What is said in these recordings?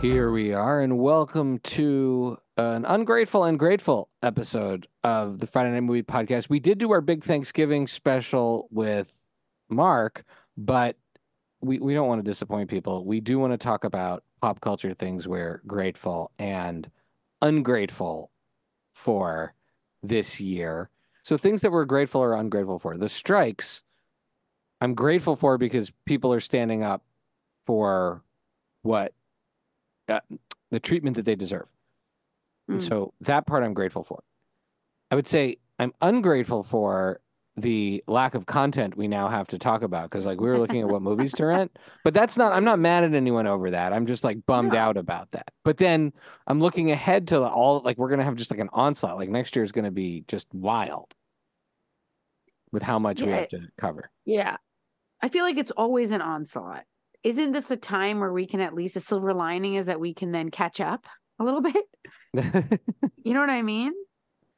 Here we are, and welcome to an ungrateful and grateful episode of the Friday Night Movie Podcast. We did do our big Thanksgiving special with Mark, but we, we don't want to disappoint people. We do want to talk about pop culture things we're grateful and ungrateful for this year. So, things that we're grateful or ungrateful for. The strikes, I'm grateful for because people are standing up for what uh, the treatment that they deserve. And Mm. So that part I'm grateful for. I would say I'm ungrateful for the lack of content we now have to talk about because like we were looking at what movies to rent, but that's not I'm not mad at anyone over that. I'm just like bummed No. out about that. But then I'm looking ahead to all like we're gonna have just like an onslaught. Like next year is gonna be just wild with how much we Yeah, have to cover. Yeah. I feel like it's always an onslaught. Isn't this the time where we can at least the silver lining is that we can then catch up a little bit? You know what I mean?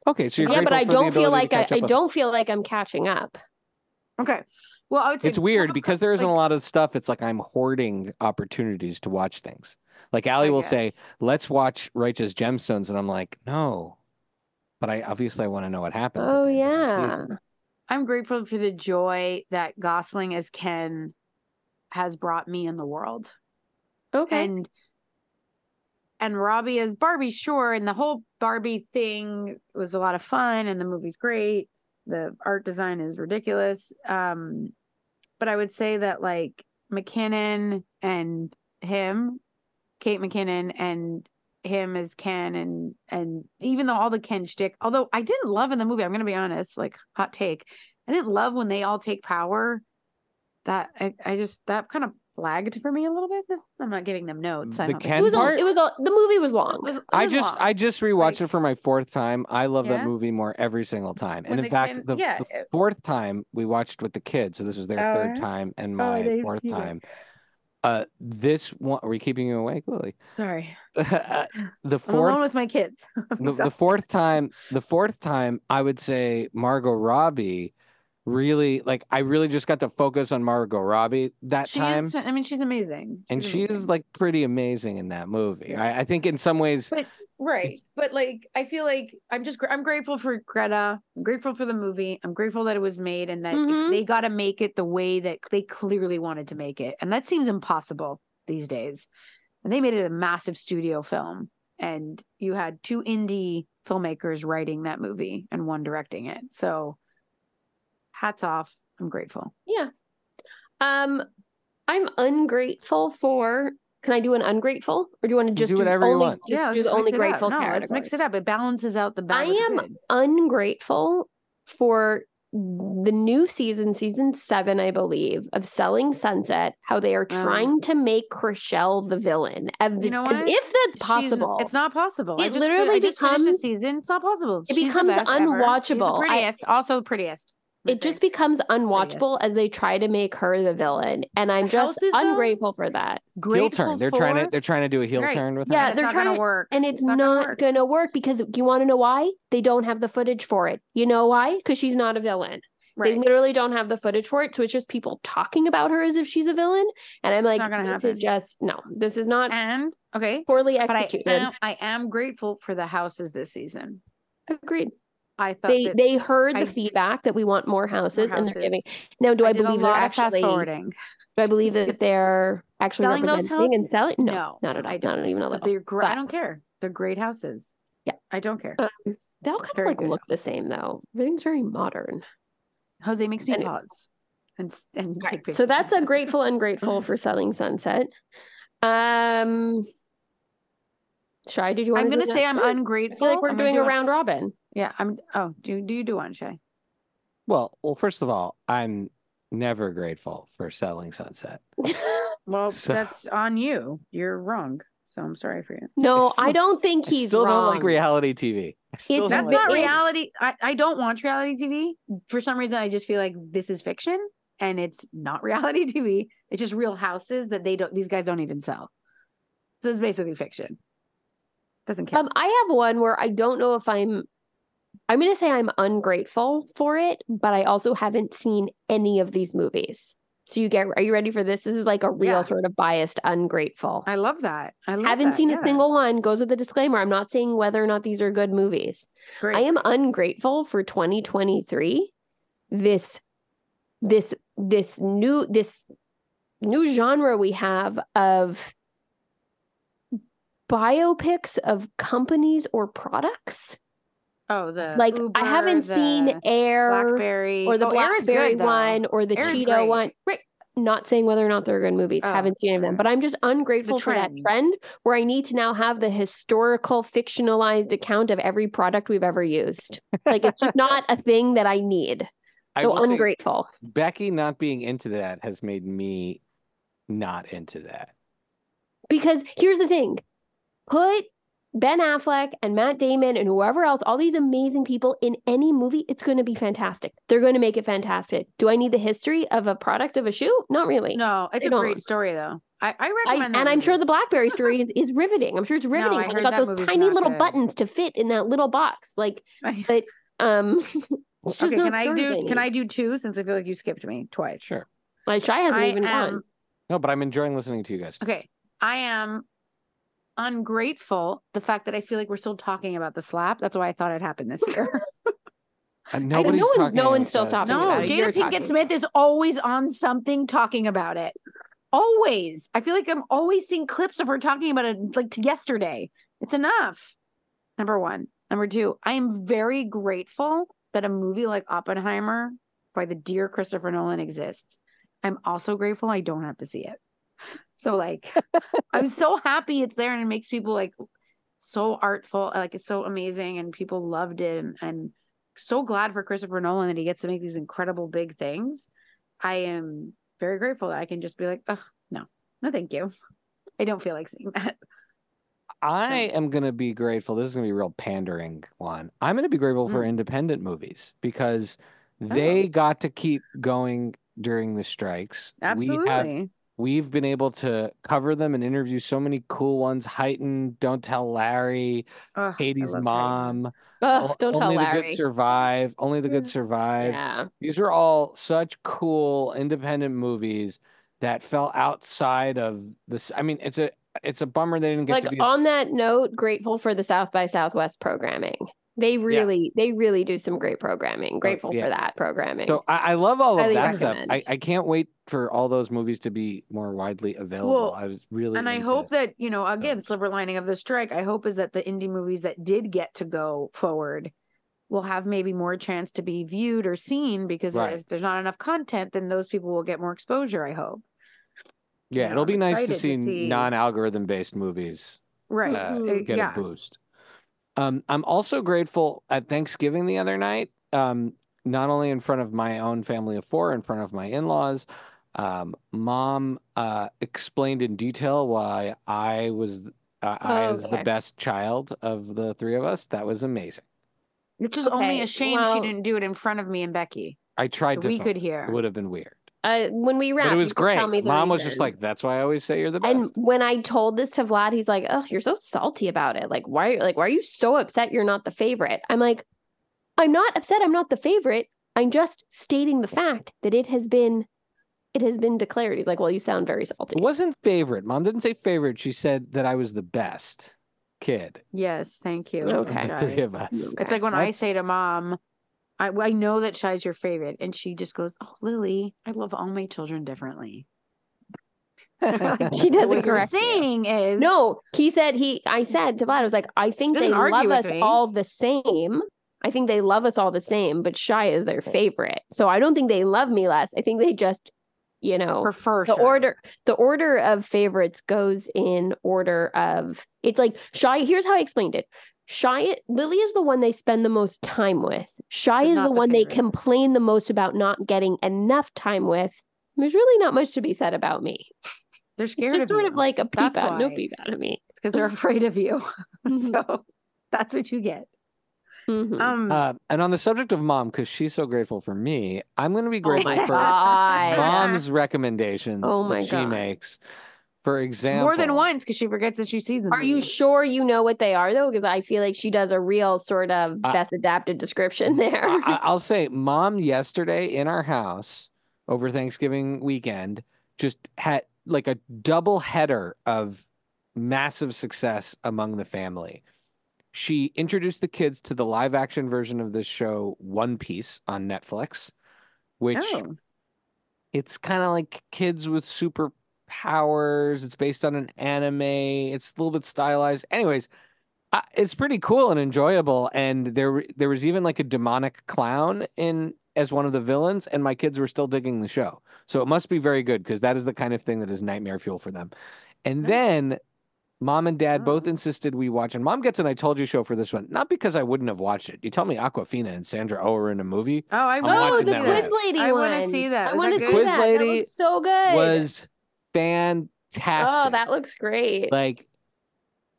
okay, so you're yeah, but grateful I for the don't feel ability like to I, catch I up on- don't feel like I'm catching up. Okay. Well, I would say It's weird pop because cul- there isn't a like- lot of stuff. It's like I'm hoarding opportunities to watch things. Like Allie I will guess. say, "Let's watch Righteous Gemstones," and I'm like, "No," but I obviously I want to know what happens. at Oh the end of that yeah. season. I'm grateful for the joy that Gosling as Ken has brought me in the world. Okay. And and Robbie as Barbie, sure. And the whole Barbie thing was a lot of fun and the movie's great. The art design is ridiculous. Um, but I would say that like McKinnon and him, Kate McKinnon and him as Ken and and even though all the Ken shtick, although I didn't love in the movie, I'm gonna be honest, like hot take. I didn't love when they all take power. That I, I just that kind of lagged for me a little bit. I'm not giving them notes. I The don't think. Ken it was all, part- it was all, the movie was It long. was- it I was just long. I just rewatched Like- it for my fourth time. I love that Yeah? movie more every single time. With And in the fact, kid- the, yeah, the it- fourth time we watched with the kids, so this was their Oh, third yeah? time and Oh, I my didn't fourth see that. time. Uh, this one, are we keeping you awake, Lily? sorry. Uh, the I'm alone fourth with my kids. I'm the, the exhausted. fourth time the fourth time i would say margot robbie really like i really just got to focus on margot robbie that She time is. I mean, she's amazing. and she is amazing. like pretty amazing in that movie I, I think in some ways But right. It's- But like I feel like I'm just gr- I'm grateful for Greta. I'm grateful for the movie. I'm grateful that it was made and that it- Mhm. they got to make it the way that they clearly wanted to make it. And that seems impossible these days. And they made it a massive studio film and you had two indie filmmakers writing that movie and one directing it. So hats off. I'm grateful. Yeah. Um, I'm ungrateful for. Can I do an ungrateful, or do you want to just do whatever you only, want. Just do let's the only mix it up. grateful No, let's mix category? it up. It balances out the bad. I with the am good. ungrateful for the new season, season seven, I believe, of Selling Sunset. How they are Oh. trying to make Chriselle the villain, as, You know as what? if She's- that's possible. it's not possible. I It just, literally literally I just finished the becomes- season. It's not possible. it She's the becomes best ever. She's the unwatchable. I- prettiest, also prettiest. I'm it gonna just say. becomes unwatchable as they try to make her the villain and i'm The just houses, though? ungrateful for that heel Grateful turn they're trying to for- they're trying to do a heel Right. turn with Yeah, her It's they're not trying gonna to- work. and it's, not, work. gonna, work because you want to know why they don't have the footage for it you know why because she's not a villain Right. they literally don't have the footage for it so it's just people talking about her as if she's a villain and i'm like not gonna this happen. is just no this is not and okay, poorly but I executed am, I am grateful for the houses this season. agreed I thought they that they heard I- the feedback that we want more houses, and houses. they're giving now do i, did believe a they're lot of actually fast forwarding. do i believe that they're actually Selling those representing and houses? selling no, No, not at no, all I not even a But little they're great. I but- don't care. They're great houses. Yeah. I don't care. Um, they all kind Very of like good. look the same though. Everything's very modern. Jose makes me anyway. pause and s- and take pictures. So that's a grateful ungrateful for selling sunset. Um, Shy, did you want? I'm to gonna say I'm I ungrateful. feel like we're I'm gonna doing do a it. round robin. Yeah, I'm. Oh, do do you do one, Shay? well well first of all i'm never grateful for selling sunset Well, So- that's on you. You're wrong. So I'm sorry for you. no, still- I don't think i he's still wrong. don't like reality tv I still It's- don't That's Like- not It- reality. I, I don't watch reality TV. For some reason, I just feel like this is fiction and it's not reality TV. It's just real houses that they don't, these guys don't even sell. So it's basically fiction. Doesn't count. Um, I have one where I don't know if I'm. I'm gonna say I'm ungrateful for it, but I also haven't seen any of these movies. So you get, are you ready for this? This is like a real Yeah. sort of biased, ungrateful. I love that. I love haven't that, seen yeah. a single one. Goes with a disclaimer. I'm not saying whether or not these are good movies. Great. I am ungrateful for 2023. This, this, this new, this new genre we have of biopics of companies or products. oh, the Like I Uber, haven't the seen Air Blackberry or the Oh, Air is good, blackberry though. one or the Air is cheeto great. one right not saying whether or not they're good movies Oh, haven't seen any of them okay. but i'm just ungrateful for that trend. trend where i need to now have the historical fictionalized account of every product we've ever used like it's just not a thing that i need I so will say, ungrateful Becky not being into that has made me not into that. because here's the thing put ben affleck and matt damon and whoever else all these amazing people in any movie it's going to be fantastic they're going to make it fantastic do i need the history of a product of a shoe not really No, it's I a don't. great story though. I, I I, recommend and that. I'm sure movie. the BlackBerry story is, is riveting. I'm sure it's riveting. I how they heard got that those movie's tiny not little good. buttons to fit in that little box. Like, but um, it's just okay, not can I stories do can need. I do two since I feel like you skipped me twice? Sure. Which I haven't I even am done. No, but I'm enjoying listening to you guys. okay. I am ungrateful the fact that I feel like we're still talking about the slap. That's why I thought it happened this year. And no Uh, nobody's one's- talking no one's about still that. talking about no, it. Jada You're Pinkett talking. Smith is always on something talking about it. Always. I feel like I'm always seeing clips of her talking about it like to yesterday. It's enough. Number one. Number two, I am very grateful that a movie like Oppenheimer by the dear Christopher Nolan exists. I'm also grateful I don't have to see it. So like I'm so happy it's there and it makes people like so artful. Like it's so amazing and people loved it and, and so glad for Christopher Nolan that he gets to make these incredible big things. I am very grateful that I can just be like, oh no, no thank you. I don't feel like seeing that. I am going to be grateful. This is going to be a real pandering one. I'm going to be grateful for Mm. independent movies because they got to keep going during the strikes. We have Absolutely. we've been able to cover them and interview so many cool ones Heighten, Don't Tell Larry, Ugh, I Katie's love Mom, Ugh, O- don't tell Only the Larry. Good Survive, Only the Good Yeah. Survive. yeah, These are all such cool independent movies that fell outside of this. I mean, it's a it's a bummer they didn't get like to be on that note, grateful for the South by Southwest programming. They really, they really do some great programming. Grateful Oh, yeah. for that programming. So I, I love all of Highly that stuff. I, recommend. I can't wait for all those movies to be more widely available. Well, I was really and I into- hope that you know again those. silver lining of the strike I hope is that the indie movies that did get to go forward will have maybe more chance to be viewed or seen because Right. if there's not enough content then those people will get more exposure I hope yeah, know, it'll I'm be nice to excited to see, see- non-algorithm based movies right uh, Mhm. Uh, get yeah a boost. Um, I'm also grateful at Thanksgiving the other night. Um, not only in front of my own family of four, in front of my in-laws, um, mom uh, explained in detail why I was uh, I Oh, was okay. the best child of the three of us. That was amazing. it's just only Okay, a shame well- she didn't do it in front of me and Becky I so tried to. we film could it. hear It would have been weird. uh, when we wrap, but it you was can tell great. me the Mom was just reason. like, "That's why I always say you're the best." And when I told this to Vlad, he's like, "Oh, you're so salty about it. Like, why? Like, why are you so upset? You're not the favorite." I'm like, "I'm not upset. I'm not the favorite. I'm just stating the fact that it has been, it has been declared." He's like, "Well, you sound very salty." it wasn't favorite. Mom didn't say favorite. She said that I was the best kid yes thank you of Okay. the Shai. three of us. it's like when I That's- say to mom I, I know that Shai's your favorite and she just goes oh Lily I love all my children differently She So doesn't what you're correct you. saying is No, he said he. I said to Vlad, I was like, "I think they doesn't argue love us with me. all the same." I think they love us all the same, but Shy is their favorite. So I don't think they love me less. I think they just, you know, prefer the Shai. order the order of favorites goes in order of it's like shy here's how i explained it shy lily is the one they spend the most time with shy But is not the, the one favorite. they complain the most about not getting enough time with there's really not much to be said about me They're scared it's of sort you. of like a peep That's out no why. peep out of me because they're afraid of you. Mm-hmm. so that's what you get. Mhm. Um, Uh, and on the subject of mom, because she's so grateful for me, I'm going to be oh grateful my for god mom's recommendations Oh that my she God. makes. For example, more than once because she forgets that she sees them. are you maybe. sure you know what they are though because i feel like she does a real sort of Uh, best adapted description there I- I- I'll say, mom yesterday in our house over Thanksgiving weekend just had like a double header of massive success among the family. She introduced the kids to the live action version of this show, One Piece, on Netflix, which Oh, it's kind of like kids with superpowers. It's based on an anime. It's a little bit stylized. Anyways, I, it's pretty cool and enjoyable. And there, w- there was even like a demonic clown in as one of the villains, and my kids were still digging the show. So it must be very good because that is the kind of thing that is nightmare fuel for them. And Nice. then mom and dad both Oh. insisted we watch. And mom gets an I told you show for this one, not because I wouldn't have watched it. You tell me Aquafina and Sandra Oh are in a movie. oh I I'm oh, watching the that quiz one. lady I want wanna see that. I Was want to that see good? Quiz that. lady that looks so good. was fantastic. oh, that looks great. like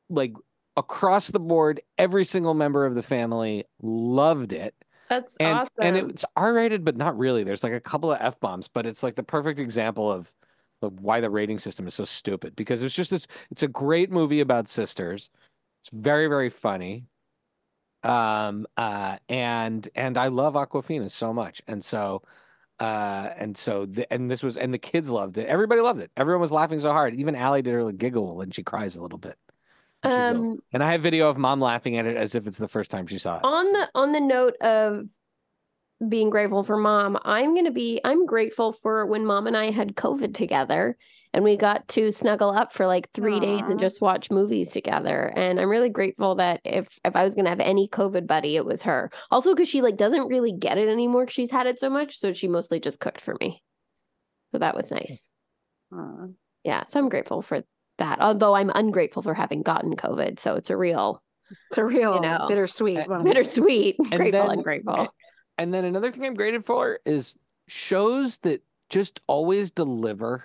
like across the board, every single member of the family loved it. That's And awesome. and it's R rated, but not really. There's like a couple of F bombs, but it's like the perfect example of of why the rating system is so stupid because it's just this it's a great movie about sisters. It's very, very funny. Um uh and and I love Aquafina so much. And so uh and so the, and this was and the kids loved it. Everybody loved it. Everyone was laughing so hard. Even Allie did her little giggle and she cries a little bit. And she giggles. um, And I have video of mom laughing at it as if it's the first time she saw it. on the on the note of being grateful for mom, I'm gonna be I'm grateful for when mom and I had COVID together and we got to snuggle up for like three days and Aw. just watch movies together. And I'm really grateful that if if I was gonna have any COVID buddy, it was her. Also because she like doesn't really get it anymore 'cause she's had it so much. So she mostly just cooked for me. So that was nice. Aw. Yeah. So I'm grateful for that. Although I'm ungrateful for having gotten COVID. So it's a real It's a real know. Uh, bittersweet one. bittersweet. grateful, then- ungrateful. And then another thing I'm graded for is shows that just always deliver.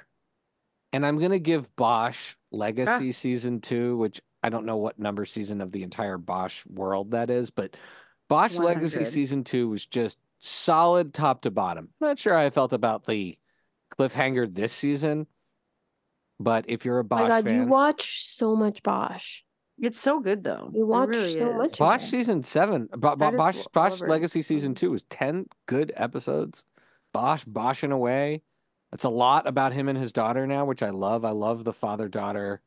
And I'm going to give Bosch Legacy Ah. season two, which I don't know what number season of the entire Bosch world that is, but Bosch Legacy 100. season two was just solid top to bottom. Not sure how I felt about the cliffhanger this season, but if you're a Oh Bosch my God, fan, you watch so much Bosch. It's so good though. You It watch really so is. much. Bosch Okay. season seven, Bo- Bo- Curtis Bosch Wa- Bosch Wahlberg. Legacy season two was ten good episodes. Bosch Bosching away. It's a lot about him and his daughter now, which I love. I love the father daughter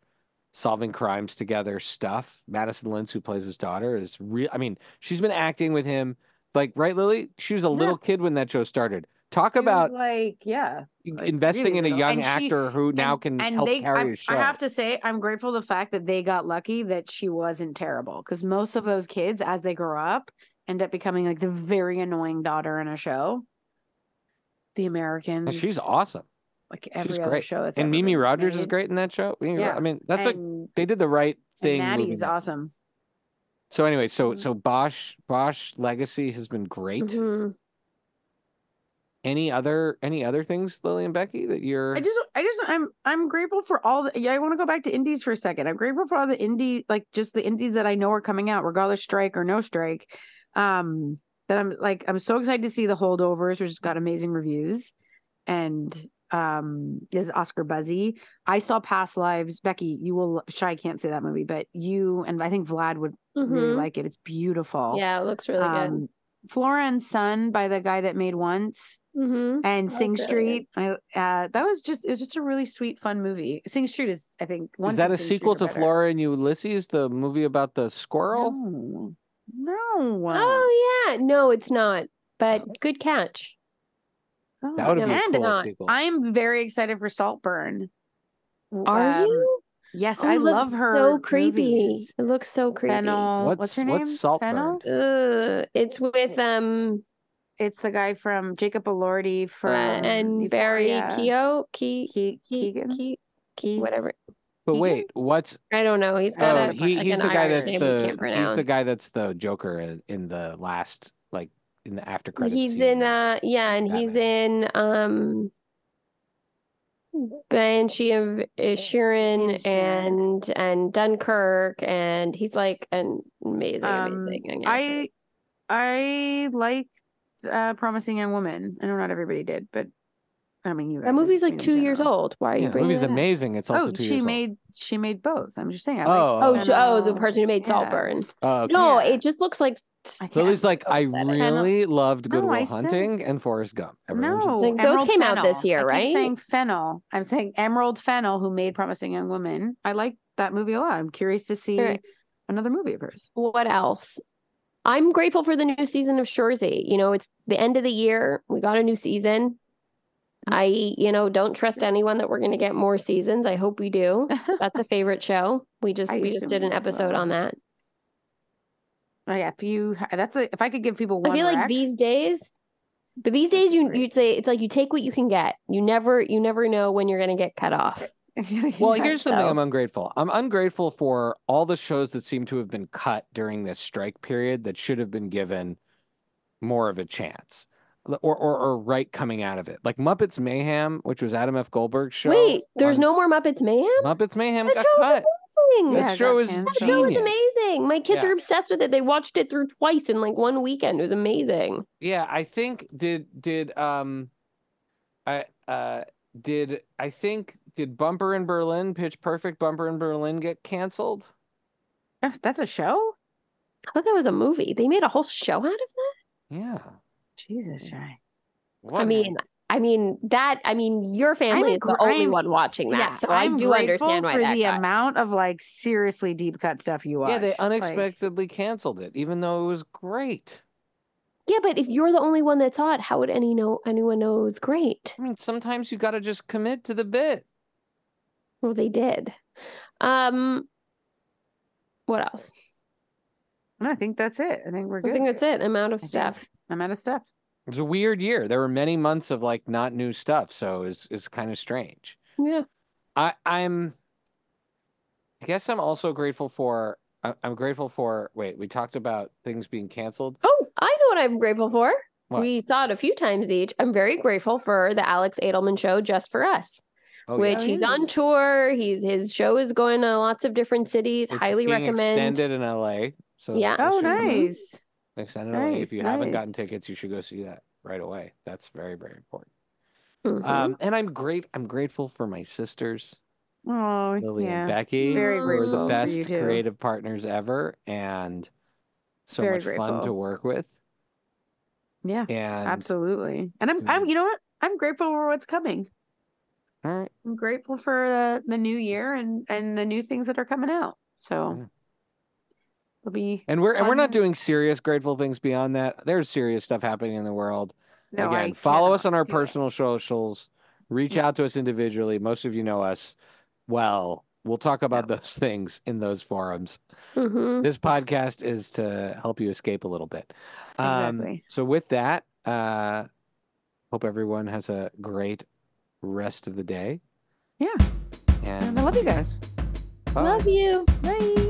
solving crimes together stuff. Madison Lentz, who plays his daughter, is real. I mean, she's been acting with him like right, Lily. She was a little kid when that show started. Talk She was about like yeah, like, investing really in a little. young And she- actor who now and- can and help they. carry I'm- a show. I have to say, I'm grateful the fact that they got lucky that she wasn't terrible because most of those kids, as they grow up, end up becoming like the very annoying daughter in a show. The Americans. and she's awesome. like every other great. show that's And ever Mimi been Rogers is made. great in that show. Mimi Ro- Yeah. I mean, that's like and, they did the right thing. and moving Maddie's it. awesome. So anyway, so Mhm. so Bosch Bosch Legacy has been great. Mhm. Any other any other things, Lily and Becky, that you're I just, I just, I'm, I'm grateful for all the. Yeah, I want to go back to indies for a second. I'm grateful for all the indie, like just the indies that I know are coming out, regardless strike or no strike. Um, that I'm like, I'm so excited to see the holdovers, which has got amazing reviews, and um, is Oscar buzzy. I saw Past Lives. Becky, you will. Shy can't say that movie, but you and I think Vlad would really Mhm. like it. It's beautiful. Yeah, it looks really um, Flora and Son by the guy that made Once good. Mm-hmm. and Oh, Sing brilliant. Street. I, uh, that was just it was just a really sweet, fun movie. Sing Street is, I think, Once is that and a Sing Street sequel are to better. Flora and Ulysses, the movie about the squirrel? No, no. Oh yeah, no, it's not. But Oh. good catch. That would have been no. a and cool not. sequel. Oh, I'm very excited for Saltburn. W- Are um, you? Yes, Oh, I it looks love her. So creepy. movies. It looks so creepy. Fennel. What's, What's- her name? what's Saltburn? Fennel? Ugh, it's with um It's the guy from Jacob Elordi uh, from and Barry Euphoria. Keo Ke, Ke- Keegan. Ke, Ke- whatever. but Keegan? wait, what's I don't know. He's got oh a he, like he's an the guy Irish that's name we the can't he's the pronounce. guy that's the Joker in, in the last like in the after credits. He's scene. in uh yeah, and he's in um Banshee of Ishirin Inisherin. and and Dunkirk and he's like an amazing, Um, amazing young actor. I I liked uh, Promising Young Woman. I know not everybody did, but I mean, you. That guys, I movie's just mean like in two years general. old. Why are you Yeah, the bringing movie's that up? amazing. It's also Oh, two she years made she made both. I'm just saying. I Oh. like Oh, I sh- oh, the Hannibal. person who made Saltburn. old. Oh, No, Yeah. it just looks like I can't- Lily's like, I upset it. really loved Good No, I Will said- Hunting and Forrest Gump. Everyone should No, see Like, it. those Emerald came out this Fennell. year, I right? Keep saying Fennel. I'm saying Emerald Fennel, who made Promising Young Woman. I like that movie a lot. I'm curious to see Alright. another movie of hers. what else? I'm grateful for the new season of Shorzy. You know, it's the end of the year. We got a new season. I, you know, don't trust anyone that we're going to get more seasons. I hope we do. That's a favorite show. We just I we just assume did an we episode will. on that. Oh, yeah, if you that's a, if I could give people one. I feel like rec- these days, but these That's days you great. you'd say it's like you take what you can get. You never you never know when you're going to get cut off. Well, Yeah, here's something so- I'm ungrateful. I'm ungrateful for all the shows that seem to have been cut during this strike period that should have been given more of a chance. Or, or or right coming out of it. Like Muppets Mayhem, which was Adam F. Goldberg's show. Wait, there's on- no more Muppets Mayhem. Muppets Mayhem That got show cut. was amazing. Yeah, That it show got is canceled. That genius. show was amazing. My kids Yeah. are obsessed with it. They watched it through twice in like one weekend. It was amazing. Yeah, I think did did um I uh did I think did Bumper in Berlin, Pitch Perfect Bumper in Berlin get canceled? that's a show. I thought that was a movie. They made a whole show out of that. Yeah. Jesus, Shy. What? I mean, I mean that. I mean, your family is the gr- only I'm- one watching that, so I I'm do grateful understand why for that. the got- amount of like seriously deep cut stuff you watch. yeah, they Like, unexpectedly canceled it, even though it was great. yeah, but if you're the only one that saw it, how would any know anyone know it was great? I mean, sometimes you got to just commit to the bit. Well, they did. Um, what else? no, I think that's it. I think we're good. I think that's it. Amount of I think- stuff. I'm out of stuff. It was a weird year. There were many months of like not new stuff, so it's it's kind of strange. Yeah. I I'm I guess I'm also grateful for I- I'm grateful for wait, we talked about things being canceled. Oh, I know what I'm grateful for. What? We saw it a few times each. I'm very grateful for the Alex Edelman show just for us, Oh, yeah. which he's on tour. He's his show is going to lots of different cities. It's Highly being recommend. Extended in LA. So Yeah. that Oh, should come out. nice. Extended in LA. Nice, if you haven't gotten nice. tickets, you should go see that right away. That's very very important. Mhm. Um, and I'm great. I'm grateful for my sisters, Oh, Lily yeah. and Becky, Very who are grateful the for best you too. creative partners ever, and so Very much fun to grateful. work with. Yeah, And absolutely. And I'm, I'm, Mm. you know what? I'm grateful for what's coming. all right, I'm grateful for the, the new year and and the new things that are coming out. So Yeah. it'll be and we're and we're not Fun. doing serious grateful things beyond that. There's serious stuff happening in the world. no. Again, I follow us cannot on our do it. Mm. personal socials. Reach Yeah. out to us individually. Most of you know us well. We'll talk about those things in those forums. Mm. Mhm. This podcast is to help you escape a little bit. Um, Exactly. So, with that, uh, hope everyone has a great rest of the day. Yeah. And And I love you guys. bye. Love you. Bye.